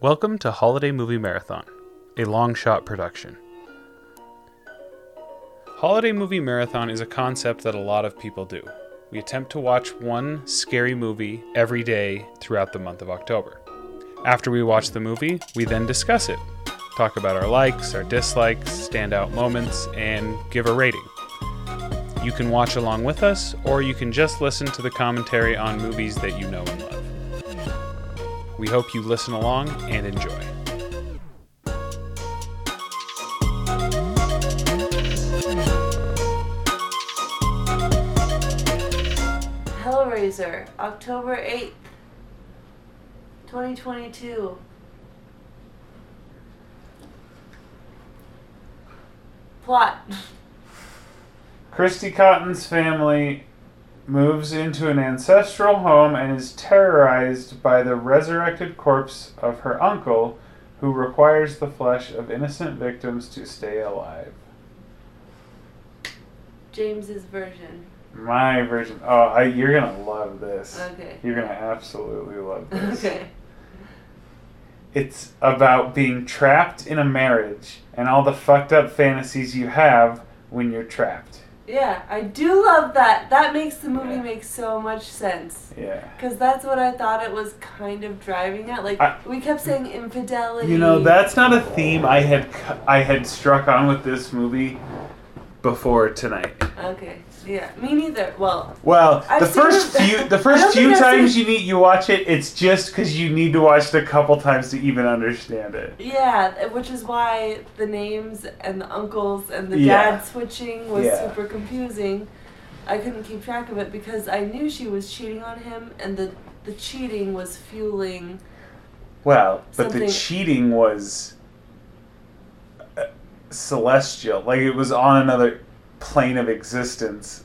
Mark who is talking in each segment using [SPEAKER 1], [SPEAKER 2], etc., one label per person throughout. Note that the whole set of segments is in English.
[SPEAKER 1] Welcome to Holiday Movie Marathon, a long shot production. Holiday Movie Marathon is a concept that a lot of people do. We attempt to watch one scary movie every day throughout the month of October. After we watch the movie, we then discuss it, talk about our likes, our dislikes, standout moments, and give a rating. You can watch along with us, or you can just listen to the commentary on movies that you know and love. We hope you listen along and enjoy.
[SPEAKER 2] Hellraiser, October 8th, 2022. Plot.
[SPEAKER 1] Christy Cotton's family moves into an ancestral home and is terrorized by the resurrected corpse of her uncle, who requires the flesh of innocent victims to stay alive.
[SPEAKER 2] James's version.
[SPEAKER 1] My version. Oh, I, you're gonna love this.
[SPEAKER 2] Okay.
[SPEAKER 1] You're gonna absolutely love this.
[SPEAKER 2] Okay.
[SPEAKER 1] It's about being trapped in a marriage and all the fucked up fantasies you have when you're trapped.
[SPEAKER 2] Yeah, I do love that. That makes the movie
[SPEAKER 1] Yeah.
[SPEAKER 2] make so much sense.
[SPEAKER 1] Yeah.
[SPEAKER 2] Because that's what I thought it was kind of driving at. Like,
[SPEAKER 1] I-
[SPEAKER 2] we kept saying infidelity.
[SPEAKER 1] You know, that's not a theme I had cu- I had struck on with this movie before tonight.
[SPEAKER 2] Okay, yeah. Me neither. Well,
[SPEAKER 1] Well,
[SPEAKER 2] I've
[SPEAKER 1] the
[SPEAKER 2] seen
[SPEAKER 1] first
[SPEAKER 2] it-
[SPEAKER 1] few the
[SPEAKER 2] I
[SPEAKER 1] first
[SPEAKER 2] don't
[SPEAKER 1] few
[SPEAKER 2] think I've
[SPEAKER 1] times
[SPEAKER 2] seen-
[SPEAKER 1] you need you watch it, it's just because you need to watch it a couple times to even understand it.
[SPEAKER 2] Yeah, th- which is why the names and the uncles and the
[SPEAKER 1] Yeah.
[SPEAKER 2] dad switching was
[SPEAKER 1] Yeah.
[SPEAKER 2] super confusing. I couldn't keep track of it because I knew she was cheating on him, and the the cheating was fueling.
[SPEAKER 1] Well, but the
[SPEAKER 2] Something-
[SPEAKER 1] cheating was uh, celestial, like it was on another plane of existence.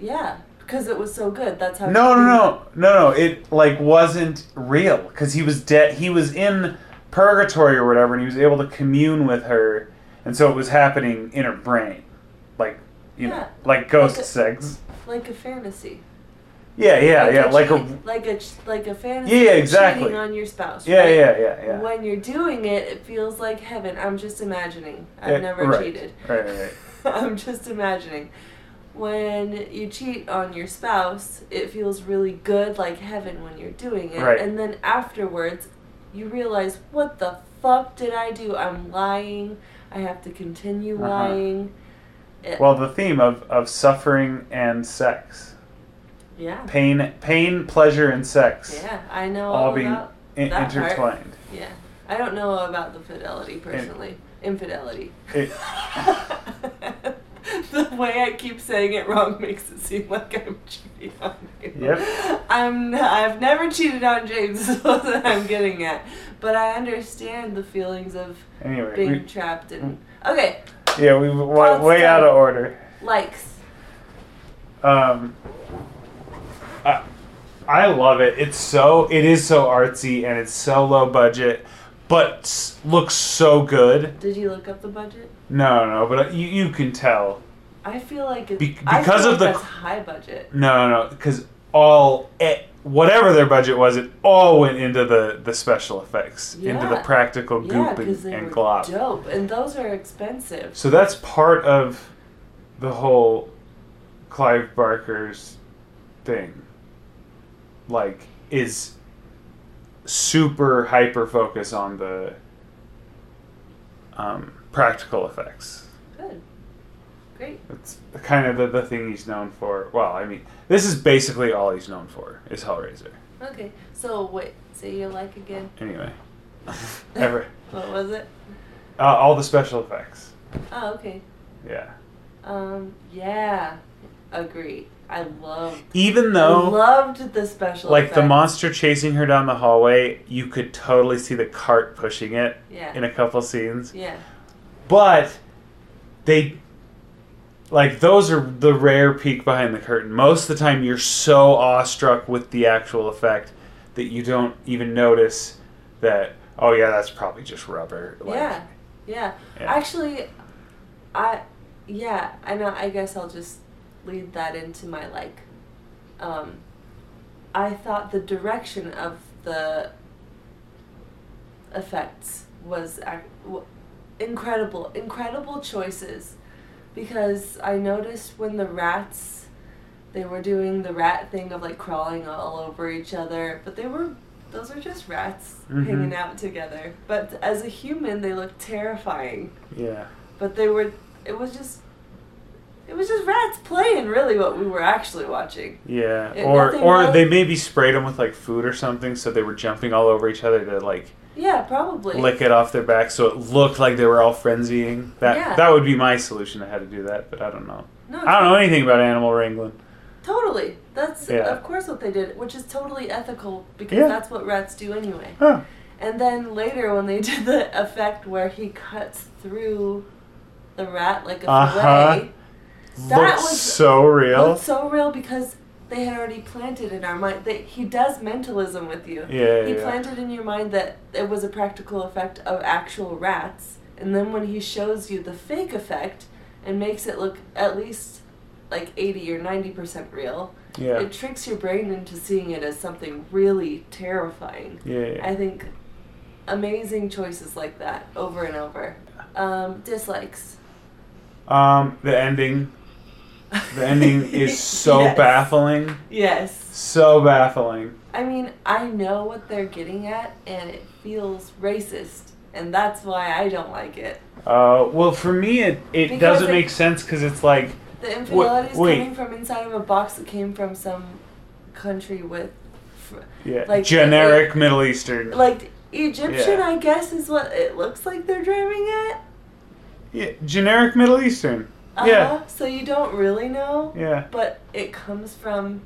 [SPEAKER 2] Yeah, because it was so good. That's how.
[SPEAKER 1] No,
[SPEAKER 2] she-
[SPEAKER 1] no, no, no, no. It like wasn't real because he was dead. He was in purgatory or whatever, and he was able to commune with her, and so it was happening in her brain, like you
[SPEAKER 2] Yeah.
[SPEAKER 1] know, like ghost
[SPEAKER 2] Like a-
[SPEAKER 1] sex.
[SPEAKER 2] Like a fantasy.
[SPEAKER 1] Yeah, yeah, yeah. Like a
[SPEAKER 2] cheat- like a ch- like a fantasy.
[SPEAKER 1] Yeah, yeah,
[SPEAKER 2] of
[SPEAKER 1] exactly.
[SPEAKER 2] Cheating on your spouse.
[SPEAKER 1] yeah,
[SPEAKER 2] right?
[SPEAKER 1] yeah, yeah, yeah.
[SPEAKER 2] When you're doing it, it feels like heaven. I'm just imagining. I've
[SPEAKER 1] Yeah,
[SPEAKER 2] never
[SPEAKER 1] right,
[SPEAKER 2] cheated.
[SPEAKER 1] Right, right, right.
[SPEAKER 2] I'm just imagining. When you cheat on your spouse, it feels really good, like heaven, when you're doing it.
[SPEAKER 1] Right.
[SPEAKER 2] And then afterwards, you realize, what the fuck did I do? I'm lying. I have to continue
[SPEAKER 1] Uh-huh.
[SPEAKER 2] lying. It-
[SPEAKER 1] Well, the theme of of suffering and sex,
[SPEAKER 2] yeah.
[SPEAKER 1] pain, pain, pleasure, and sex,
[SPEAKER 2] Yeah, I know all,
[SPEAKER 1] all being
[SPEAKER 2] about.
[SPEAKER 1] in-
[SPEAKER 2] that part.
[SPEAKER 1] intertwined.
[SPEAKER 2] Yeah. I don't know about the fidelity personally. Infidelity.
[SPEAKER 1] It-
[SPEAKER 2] the way I keep saying it wrong makes it seem like I'm cheating on you.
[SPEAKER 1] Yep.
[SPEAKER 2] I'm. I've never cheated on James. Is what I'm getting at. But I understand the feelings of
[SPEAKER 1] anyway,
[SPEAKER 2] being
[SPEAKER 1] we,
[SPEAKER 2] trapped in.
[SPEAKER 1] Mm.
[SPEAKER 2] Okay,
[SPEAKER 1] yeah, we went way
[SPEAKER 2] Constant.
[SPEAKER 1] out of order.
[SPEAKER 2] likes.
[SPEAKER 1] Um, I, I love it. It's so it is so artsy and it's so low budget, but s- looks so good.
[SPEAKER 2] Did you look up the budget?
[SPEAKER 1] No, no, but uh, you you can tell.
[SPEAKER 2] I feel like it's
[SPEAKER 1] Be-
[SPEAKER 2] I feel
[SPEAKER 1] because of
[SPEAKER 2] like
[SPEAKER 1] the-
[SPEAKER 2] that's high budget.
[SPEAKER 1] No, no, no, because all eh, whatever their budget was, it all went into the the special effects, into the
[SPEAKER 2] Yeah.
[SPEAKER 1] practical
[SPEAKER 2] Yeah,
[SPEAKER 1] goop
[SPEAKER 2] because
[SPEAKER 1] and,
[SPEAKER 2] they
[SPEAKER 1] and
[SPEAKER 2] were
[SPEAKER 1] glop.
[SPEAKER 2] dope, and those are expensive.
[SPEAKER 1] So that's part of the whole Clive Barker's thing. Like, is super hyper focus on the um, practical effects.
[SPEAKER 2] Good, great.
[SPEAKER 1] That's kind of the, the thing he's known for. Well, I mean, this is basically all he's known for is Hellraiser.
[SPEAKER 2] Okay, so wait, say your like again.
[SPEAKER 1] Anyway, ever
[SPEAKER 2] What was it?
[SPEAKER 1] uh, all the special effects.
[SPEAKER 2] Oh, okay.
[SPEAKER 1] Yeah.
[SPEAKER 2] Um, yeah, agree. I love.
[SPEAKER 1] Even though
[SPEAKER 2] I loved the special.
[SPEAKER 1] like the
[SPEAKER 2] effects.
[SPEAKER 1] monster chasing her down the hallway you could totally see the cart pushing it
[SPEAKER 2] Yeah.
[SPEAKER 1] in a couple scenes
[SPEAKER 2] yeah.
[SPEAKER 1] but they like those are the rare peek behind the curtain most of the time you're so awestruck with the actual effect that you don't even notice that oh yeah that's probably just rubber like,
[SPEAKER 2] yeah. Yeah.
[SPEAKER 1] Yeah.
[SPEAKER 2] Actually, I. Yeah, I know. I guess I'll just lead that into my like. Um, I thought the direction of the effects was ac- w- incredible, incredible choices, because I noticed when the rats, they were doing the rat thing of like crawling all over each other, but they were. Those are just rats
[SPEAKER 1] Mhm.
[SPEAKER 2] hanging out together. But as a human, they look terrifying.
[SPEAKER 1] Yeah.
[SPEAKER 2] But they were. It was just. It was just rats playing. Really, what we were actually watching.
[SPEAKER 1] Yeah.
[SPEAKER 2] It-
[SPEAKER 1] or
[SPEAKER 2] nothing
[SPEAKER 1] or
[SPEAKER 2] was-
[SPEAKER 1] they maybe sprayed them with like food or something, so they were jumping all over each other to like
[SPEAKER 2] Yeah, probably.
[SPEAKER 1] lick it off their back, so it looked like they were all frenzying. That
[SPEAKER 2] Yeah.
[SPEAKER 1] that would be my solution to how to do that, but I don't know.
[SPEAKER 2] no,
[SPEAKER 1] I don't know anything about animal wrangling.
[SPEAKER 2] Totally. That's
[SPEAKER 1] Yeah.
[SPEAKER 2] of course what they did, which is totally ethical because
[SPEAKER 1] Yeah.
[SPEAKER 2] that's what rats do anyway.
[SPEAKER 1] Huh.
[SPEAKER 2] And then later when they did the effect where he cuts through the rat like a
[SPEAKER 1] Uh-huh.
[SPEAKER 2] fillet, That
[SPEAKER 1] Looks
[SPEAKER 2] was-
[SPEAKER 1] so real.
[SPEAKER 2] looked so real because they had already planted in our mind. They, he does mentalism with you.
[SPEAKER 1] yeah.
[SPEAKER 2] He
[SPEAKER 1] yeah, yeah.
[SPEAKER 2] planted in your mind that it was a practical effect of actual rats, and then when he shows you the fake effect and makes it look at least like 80 or 90% real,
[SPEAKER 1] Yeah.
[SPEAKER 2] It tricks your brain into seeing it as something really terrifying.
[SPEAKER 1] yeah. yeah, yeah.
[SPEAKER 2] I think amazing choices like that over and over. Um, dislikes.
[SPEAKER 1] Um, the ending. The ending is so
[SPEAKER 2] Yes.
[SPEAKER 1] baffling.
[SPEAKER 2] Yes.
[SPEAKER 1] So baffling.
[SPEAKER 2] I mean, I know what they're getting at, and it feels racist, and that's why I don't like it.
[SPEAKER 1] Uh, well, for me, it, it
[SPEAKER 2] Because
[SPEAKER 1] doesn't
[SPEAKER 2] it-
[SPEAKER 1] make sense because it's like,
[SPEAKER 2] The infidelity is
[SPEAKER 1] wait.
[SPEAKER 2] coming from inside of a box that came from some country with, fr-
[SPEAKER 1] yeah,
[SPEAKER 2] Like,
[SPEAKER 1] generic Middle Eastern.
[SPEAKER 2] like, Egyptian,
[SPEAKER 1] Yeah.
[SPEAKER 2] I guess, is what it looks like they're driving at.
[SPEAKER 1] yeah, generic Middle Eastern.
[SPEAKER 2] Uh-huh.
[SPEAKER 1] Yeah.
[SPEAKER 2] So you don't really know.
[SPEAKER 1] Yeah.
[SPEAKER 2] but it comes from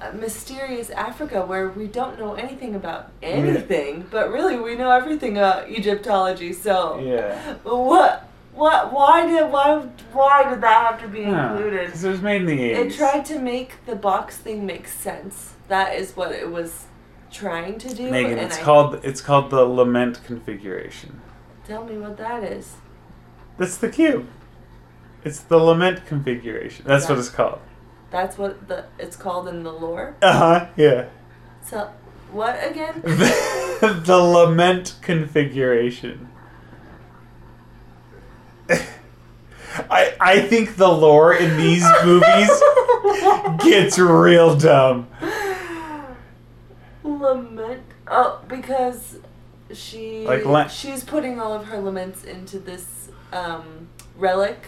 [SPEAKER 2] uh, mysterious Africa where we don't know anything about anything, but really we know everything about Egyptology. So
[SPEAKER 1] Yeah.
[SPEAKER 2] what? What? Why did? Why? Why did that have to be
[SPEAKER 1] Huh.
[SPEAKER 2] included?
[SPEAKER 1] 'Cause it was made in the 80s.
[SPEAKER 2] It tried to make the box thing make sense. That is what it was trying to do.
[SPEAKER 1] Megan,
[SPEAKER 2] and
[SPEAKER 1] it's
[SPEAKER 2] I-
[SPEAKER 1] called it's called the lament configuration.
[SPEAKER 2] Tell me what that is.
[SPEAKER 1] That's the cube. It's the lament configuration. That's what
[SPEAKER 2] Yeah.
[SPEAKER 1] it's called.
[SPEAKER 2] That's what the it's called in the lore.
[SPEAKER 1] Uh huh. Yeah.
[SPEAKER 2] So what again?
[SPEAKER 1] the lament configuration. I I think the lore in these movies gets real dumb.
[SPEAKER 2] lament. Oh, because she
[SPEAKER 1] Like la-
[SPEAKER 2] she's putting all of her laments into this um, relic.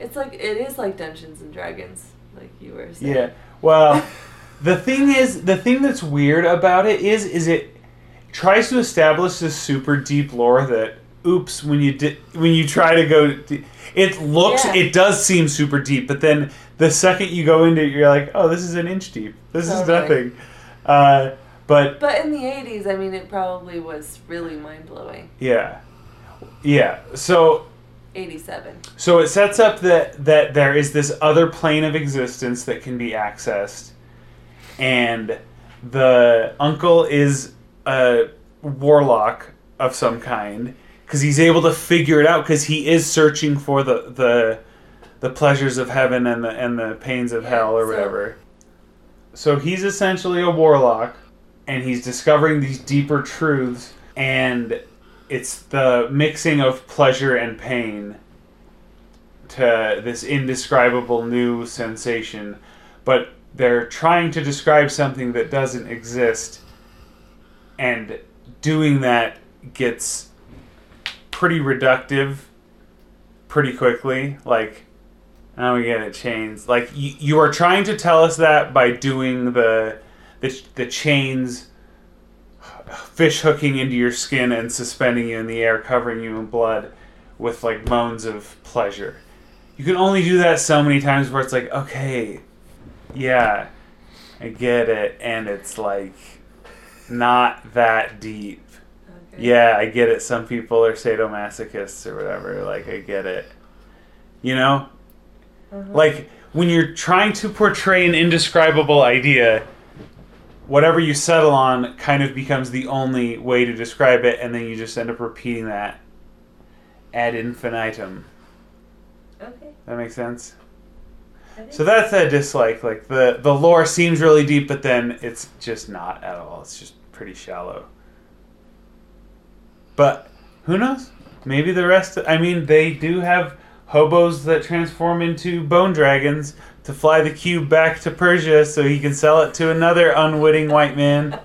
[SPEAKER 2] It's like it is like Dungeons and Dragons, like you were saying.
[SPEAKER 1] Yeah. Well, the thing is, the thing that's weird about it is, is it tries to establish this super deep lore that, oops, when you di- when you try to go, d- it looks,
[SPEAKER 2] Yeah.
[SPEAKER 1] it does seem super deep, but then the second you go into it, you're like, oh, this is an inch deep. This is
[SPEAKER 2] Totally.
[SPEAKER 1] nothing. Uh, but
[SPEAKER 2] But in the '80s, I mean, it probably was really mind blowing.
[SPEAKER 1] yeah, yeah. So
[SPEAKER 2] '87.
[SPEAKER 1] So it sets up that that there is this other plane of existence that can be accessed, and the uncle is a warlock of some kind because he's able to figure it out because he is searching for the the the pleasures of heaven and the and the pains of
[SPEAKER 2] Yeah,
[SPEAKER 1] hell or
[SPEAKER 2] so-
[SPEAKER 1] whatever. So he's essentially a warlock, and he's discovering these deeper truths, and it's the mixing of pleasure and pain to this indescribable new sensation, but they're trying to describe something that doesn't exist, and doing that gets pretty reductive pretty quickly. Like, now we get it chains. Like, you, you are trying to tell us that by doing the the, the chains fish hooking into your skin and suspending you in the air, covering you in blood with like moans of pleasure. You can only do that so many times where it's like, okay, yeah, I get it. And it's like, not that deep.
[SPEAKER 2] Okay.
[SPEAKER 1] Yeah, I get it. Some people are sadomasochists or whatever. Like, I get it. You know?
[SPEAKER 2] Uh-huh.
[SPEAKER 1] Like, when you're trying to portray an indescribable idea, whatever you settle on kind of becomes the only way to describe it, and then you just end up repeating that ad infinitum.
[SPEAKER 2] Okay.
[SPEAKER 1] That makes sense?
[SPEAKER 2] I think-
[SPEAKER 1] So that's a dislike. Like, the, the lore seems really deep, but then it's just not at all. It's just pretty shallow. But who knows? Maybe the rest. I mean, they do have hobos that transform into bone dragons to fly the cube back to Persia so he can sell it to another unwitting white man.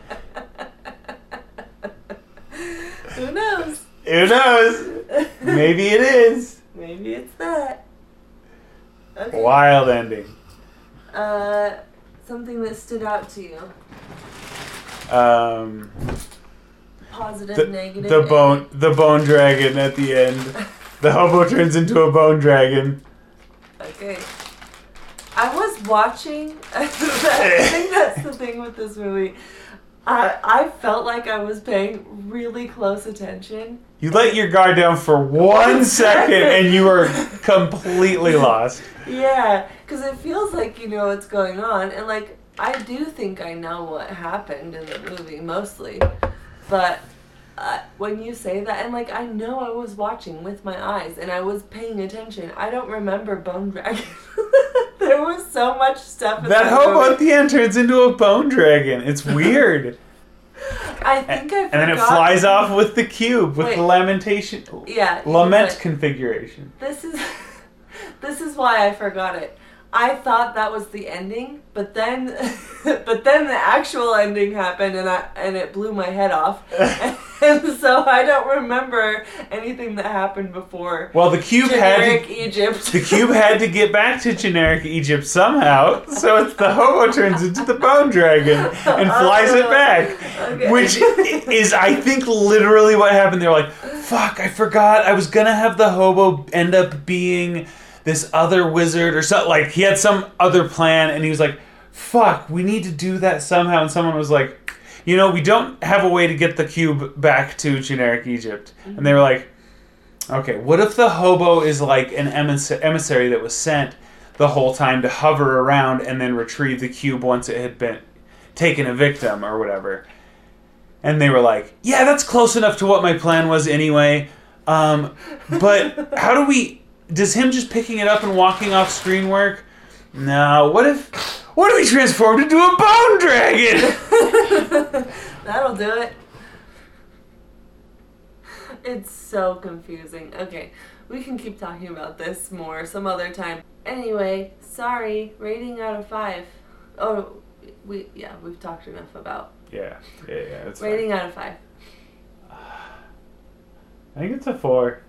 [SPEAKER 2] Who knows?
[SPEAKER 1] Who knows? Maybe it is.
[SPEAKER 2] Maybe it's that. Okay.
[SPEAKER 1] Wild ending.
[SPEAKER 2] Uh, something that stood out to you.
[SPEAKER 1] Um,
[SPEAKER 2] Positive,
[SPEAKER 1] the,
[SPEAKER 2] negative.
[SPEAKER 1] the
[SPEAKER 2] and-
[SPEAKER 1] bone, the bone dragon at the end. The hobo turns into a bone dragon.
[SPEAKER 2] Okay. I was watching. I think that's the thing with this movie. I I felt like I was paying really close attention.
[SPEAKER 1] You let your guard down for one second and you are completely lost.
[SPEAKER 2] Yeah, because it feels like you know what's going on, and like I do think I know what happened in the movie mostly, but. Uh, when you say that, and like I know I was watching with my eyes and I was paying attention, I don't remember Bone Dragon. there was so much stuff. In
[SPEAKER 1] That hobo
[SPEAKER 2] movie.
[SPEAKER 1] at the end turns into a bone dragon. It's weird.
[SPEAKER 2] I think I
[SPEAKER 1] and then it
[SPEAKER 2] forgot-
[SPEAKER 1] flies off with the cube with
[SPEAKER 2] Wait.
[SPEAKER 1] the lamentation
[SPEAKER 2] Yeah.
[SPEAKER 1] lament
[SPEAKER 2] but
[SPEAKER 1] configuration.
[SPEAKER 2] This is this is why I forgot it. I thought that was the ending, but then but then the actual ending happened and I and it blew my head off. and so I don't remember anything that happened before.
[SPEAKER 1] Well, the cube
[SPEAKER 2] generic
[SPEAKER 1] had to,
[SPEAKER 2] Egypt.
[SPEAKER 1] the cube had to get back to generic Egypt somehow, so it's the hobo turns into the bone dragon and flies it
[SPEAKER 2] Oh,
[SPEAKER 1] back.
[SPEAKER 2] okay.
[SPEAKER 1] Which is, I think, literally what happened. They're like, "Fuck, I forgot. I was gonna have the hobo end up being this other wizard or something. Like he had some other plan, and he was like, "Fuck, we need to do that somehow." And someone was like, "You know, we don't have a way to get the cube back to generic Egypt," and they were like. Okay, what if the hobo is like an emissa- emissary that was sent the whole time to hover around and then retrieve the cube once it had been taken a victim or whatever? And they were like, "Yeah, that's close enough to what my plan was anyway." Um, but how do we? Does him just picking it up and walking off screen work? No. What if? What if we transformed into a bone dragon?
[SPEAKER 2] That'll do it. It's so confusing. Okay, we can keep talking about this more some other time. Anyway, sorry, rating out of five. Oh, we yeah, we've talked enough about
[SPEAKER 1] Yeah, yeah, yeah. That's
[SPEAKER 2] rating out of five.
[SPEAKER 1] I think it's a four.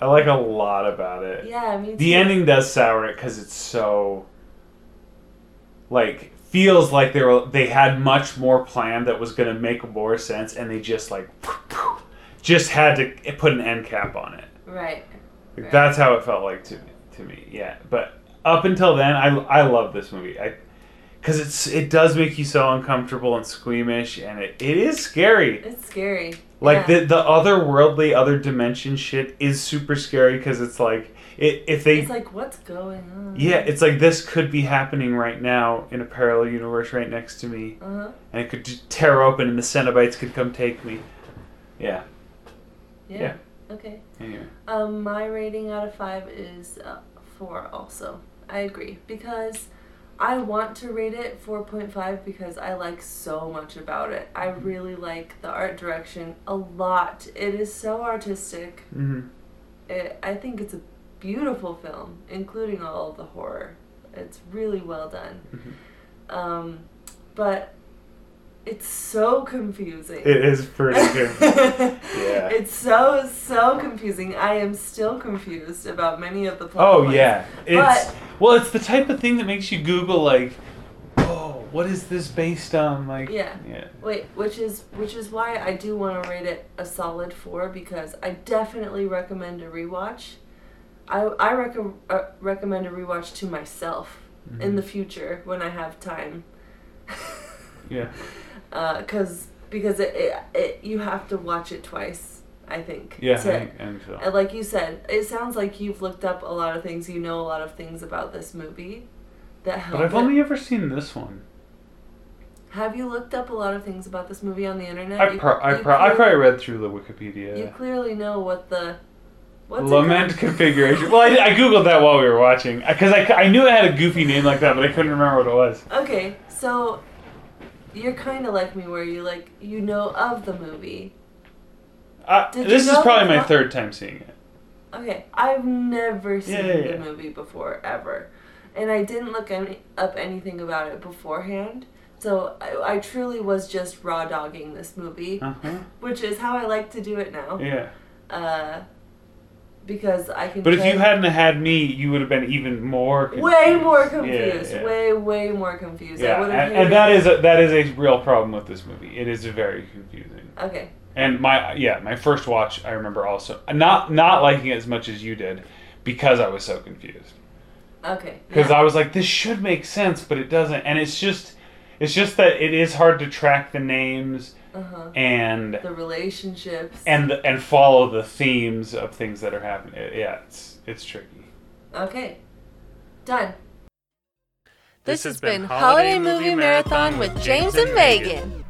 [SPEAKER 1] I like a lot about it.
[SPEAKER 2] Yeah, me too.
[SPEAKER 1] The ending does sour it because it's so. Like feels like they were they had much more planned that was gonna make more sense, and they just like, just had to put an end cap on it.
[SPEAKER 2] Right.
[SPEAKER 1] Like,
[SPEAKER 2] Right.
[SPEAKER 1] That's how it felt like to to me. Yeah, but up until then, I I love this movie. I because it's it does make you so uncomfortable and squeamish, and it, it is scary.
[SPEAKER 2] It's scary.
[SPEAKER 1] Like
[SPEAKER 2] yeah.
[SPEAKER 1] the the otherworldly, other dimension shit is super scary because it's like it, if they
[SPEAKER 2] It's like what's going on?
[SPEAKER 1] yeah, it's like this could be happening right now in a parallel universe right next to me,
[SPEAKER 2] Uh huh.
[SPEAKER 1] and it could just tear open and the Cenobites could come take me. Yeah.
[SPEAKER 2] Yeah.
[SPEAKER 1] Yeah.
[SPEAKER 2] Okay.
[SPEAKER 1] Anyway.
[SPEAKER 2] Um, my rating out of five is uh, four. Also, I agree because I want to rate it four point five because I like so much about it. I really like the art direction a lot. It is so artistic.
[SPEAKER 1] hmm
[SPEAKER 2] It, I think it's a beautiful film, including all of the horror. It's really well done.
[SPEAKER 1] Mm-hmm.
[SPEAKER 2] Um, but it's so confusing.
[SPEAKER 1] It is pretty good. Yeah.
[SPEAKER 2] It's so so confusing. I am still confused about many of the plot
[SPEAKER 1] oh
[SPEAKER 2] points.
[SPEAKER 1] yeah, it's
[SPEAKER 2] But-
[SPEAKER 1] well, it's the type of thing that makes you Google like, oh, what is this based on? Like
[SPEAKER 2] Yeah.
[SPEAKER 1] yeah.
[SPEAKER 2] Wait, which is which is why I do want to rate it a solid 4 because I definitely recommend a rewatch. I I reco- uh, recommend a rewatch to myself
[SPEAKER 1] Mm-hmm.
[SPEAKER 2] in the future when I have time.
[SPEAKER 1] Yeah.
[SPEAKER 2] Uh, cuz because it, it, it you have to watch it twice, I think.
[SPEAKER 1] Yeah.
[SPEAKER 2] to-
[SPEAKER 1] I, think so.
[SPEAKER 2] And Uh, like you said, it sounds like you've looked up a lot of things. You know a lot of things about this movie that help.
[SPEAKER 1] But I've
[SPEAKER 2] it.
[SPEAKER 1] only ever seen this one.
[SPEAKER 2] Have you looked up a lot of things about this movie on the internet?
[SPEAKER 1] I,
[SPEAKER 2] You-
[SPEAKER 1] pro- I,
[SPEAKER 2] you
[SPEAKER 1] pro- I
[SPEAKER 2] clear-
[SPEAKER 1] probably read through the Wikipedia.
[SPEAKER 2] You clearly know what the. What's it
[SPEAKER 1] Lament
[SPEAKER 2] called?
[SPEAKER 1] configuration. Well, I, I googled that while we were watching Uh, because I, c- I knew it had a goofy name like that, but I couldn't remember what it was.
[SPEAKER 2] Okay, so you're kind of like me where you like you know of the movie.
[SPEAKER 1] I,
[SPEAKER 2] Did
[SPEAKER 1] Uh, this
[SPEAKER 2] you
[SPEAKER 1] is
[SPEAKER 2] know
[SPEAKER 1] probably my
[SPEAKER 2] that-
[SPEAKER 1] third time seeing it.
[SPEAKER 2] Okay, I've never seen
[SPEAKER 1] Yeah, yeah,
[SPEAKER 2] the
[SPEAKER 1] yeah.
[SPEAKER 2] movie before ever, and I didn't look any, up anything about it beforehand. So I, I truly was just raw dogging this movie,
[SPEAKER 1] Uh huh.
[SPEAKER 2] which is how I like to do it now.
[SPEAKER 1] Yeah.
[SPEAKER 2] Uh, because I can.
[SPEAKER 1] But if
[SPEAKER 2] play-
[SPEAKER 1] you hadn't had me, you would have been even more confused.
[SPEAKER 2] way more
[SPEAKER 1] Yeah,
[SPEAKER 2] confused,
[SPEAKER 1] yeah.
[SPEAKER 2] way way more confused. I
[SPEAKER 1] Yeah,
[SPEAKER 2] would have
[SPEAKER 1] and, and that is a, that is a real problem with this movie. It is very confusing.
[SPEAKER 2] okay.
[SPEAKER 1] And my yeah, my first watch, I remember also not not liking it as much as you did because I was so confused.
[SPEAKER 2] Okay.
[SPEAKER 1] Because
[SPEAKER 2] yeah.
[SPEAKER 1] I was like, this should make sense, but it doesn't. And it's just it's just that it is hard to track the names
[SPEAKER 2] uh-huh.
[SPEAKER 1] and
[SPEAKER 2] the relationships.
[SPEAKER 1] and the, and follow the themes of things that are happening. yeah, it's it's tricky.
[SPEAKER 2] okay, done.
[SPEAKER 1] This has been Holiday Movie Marathon with James and Megan.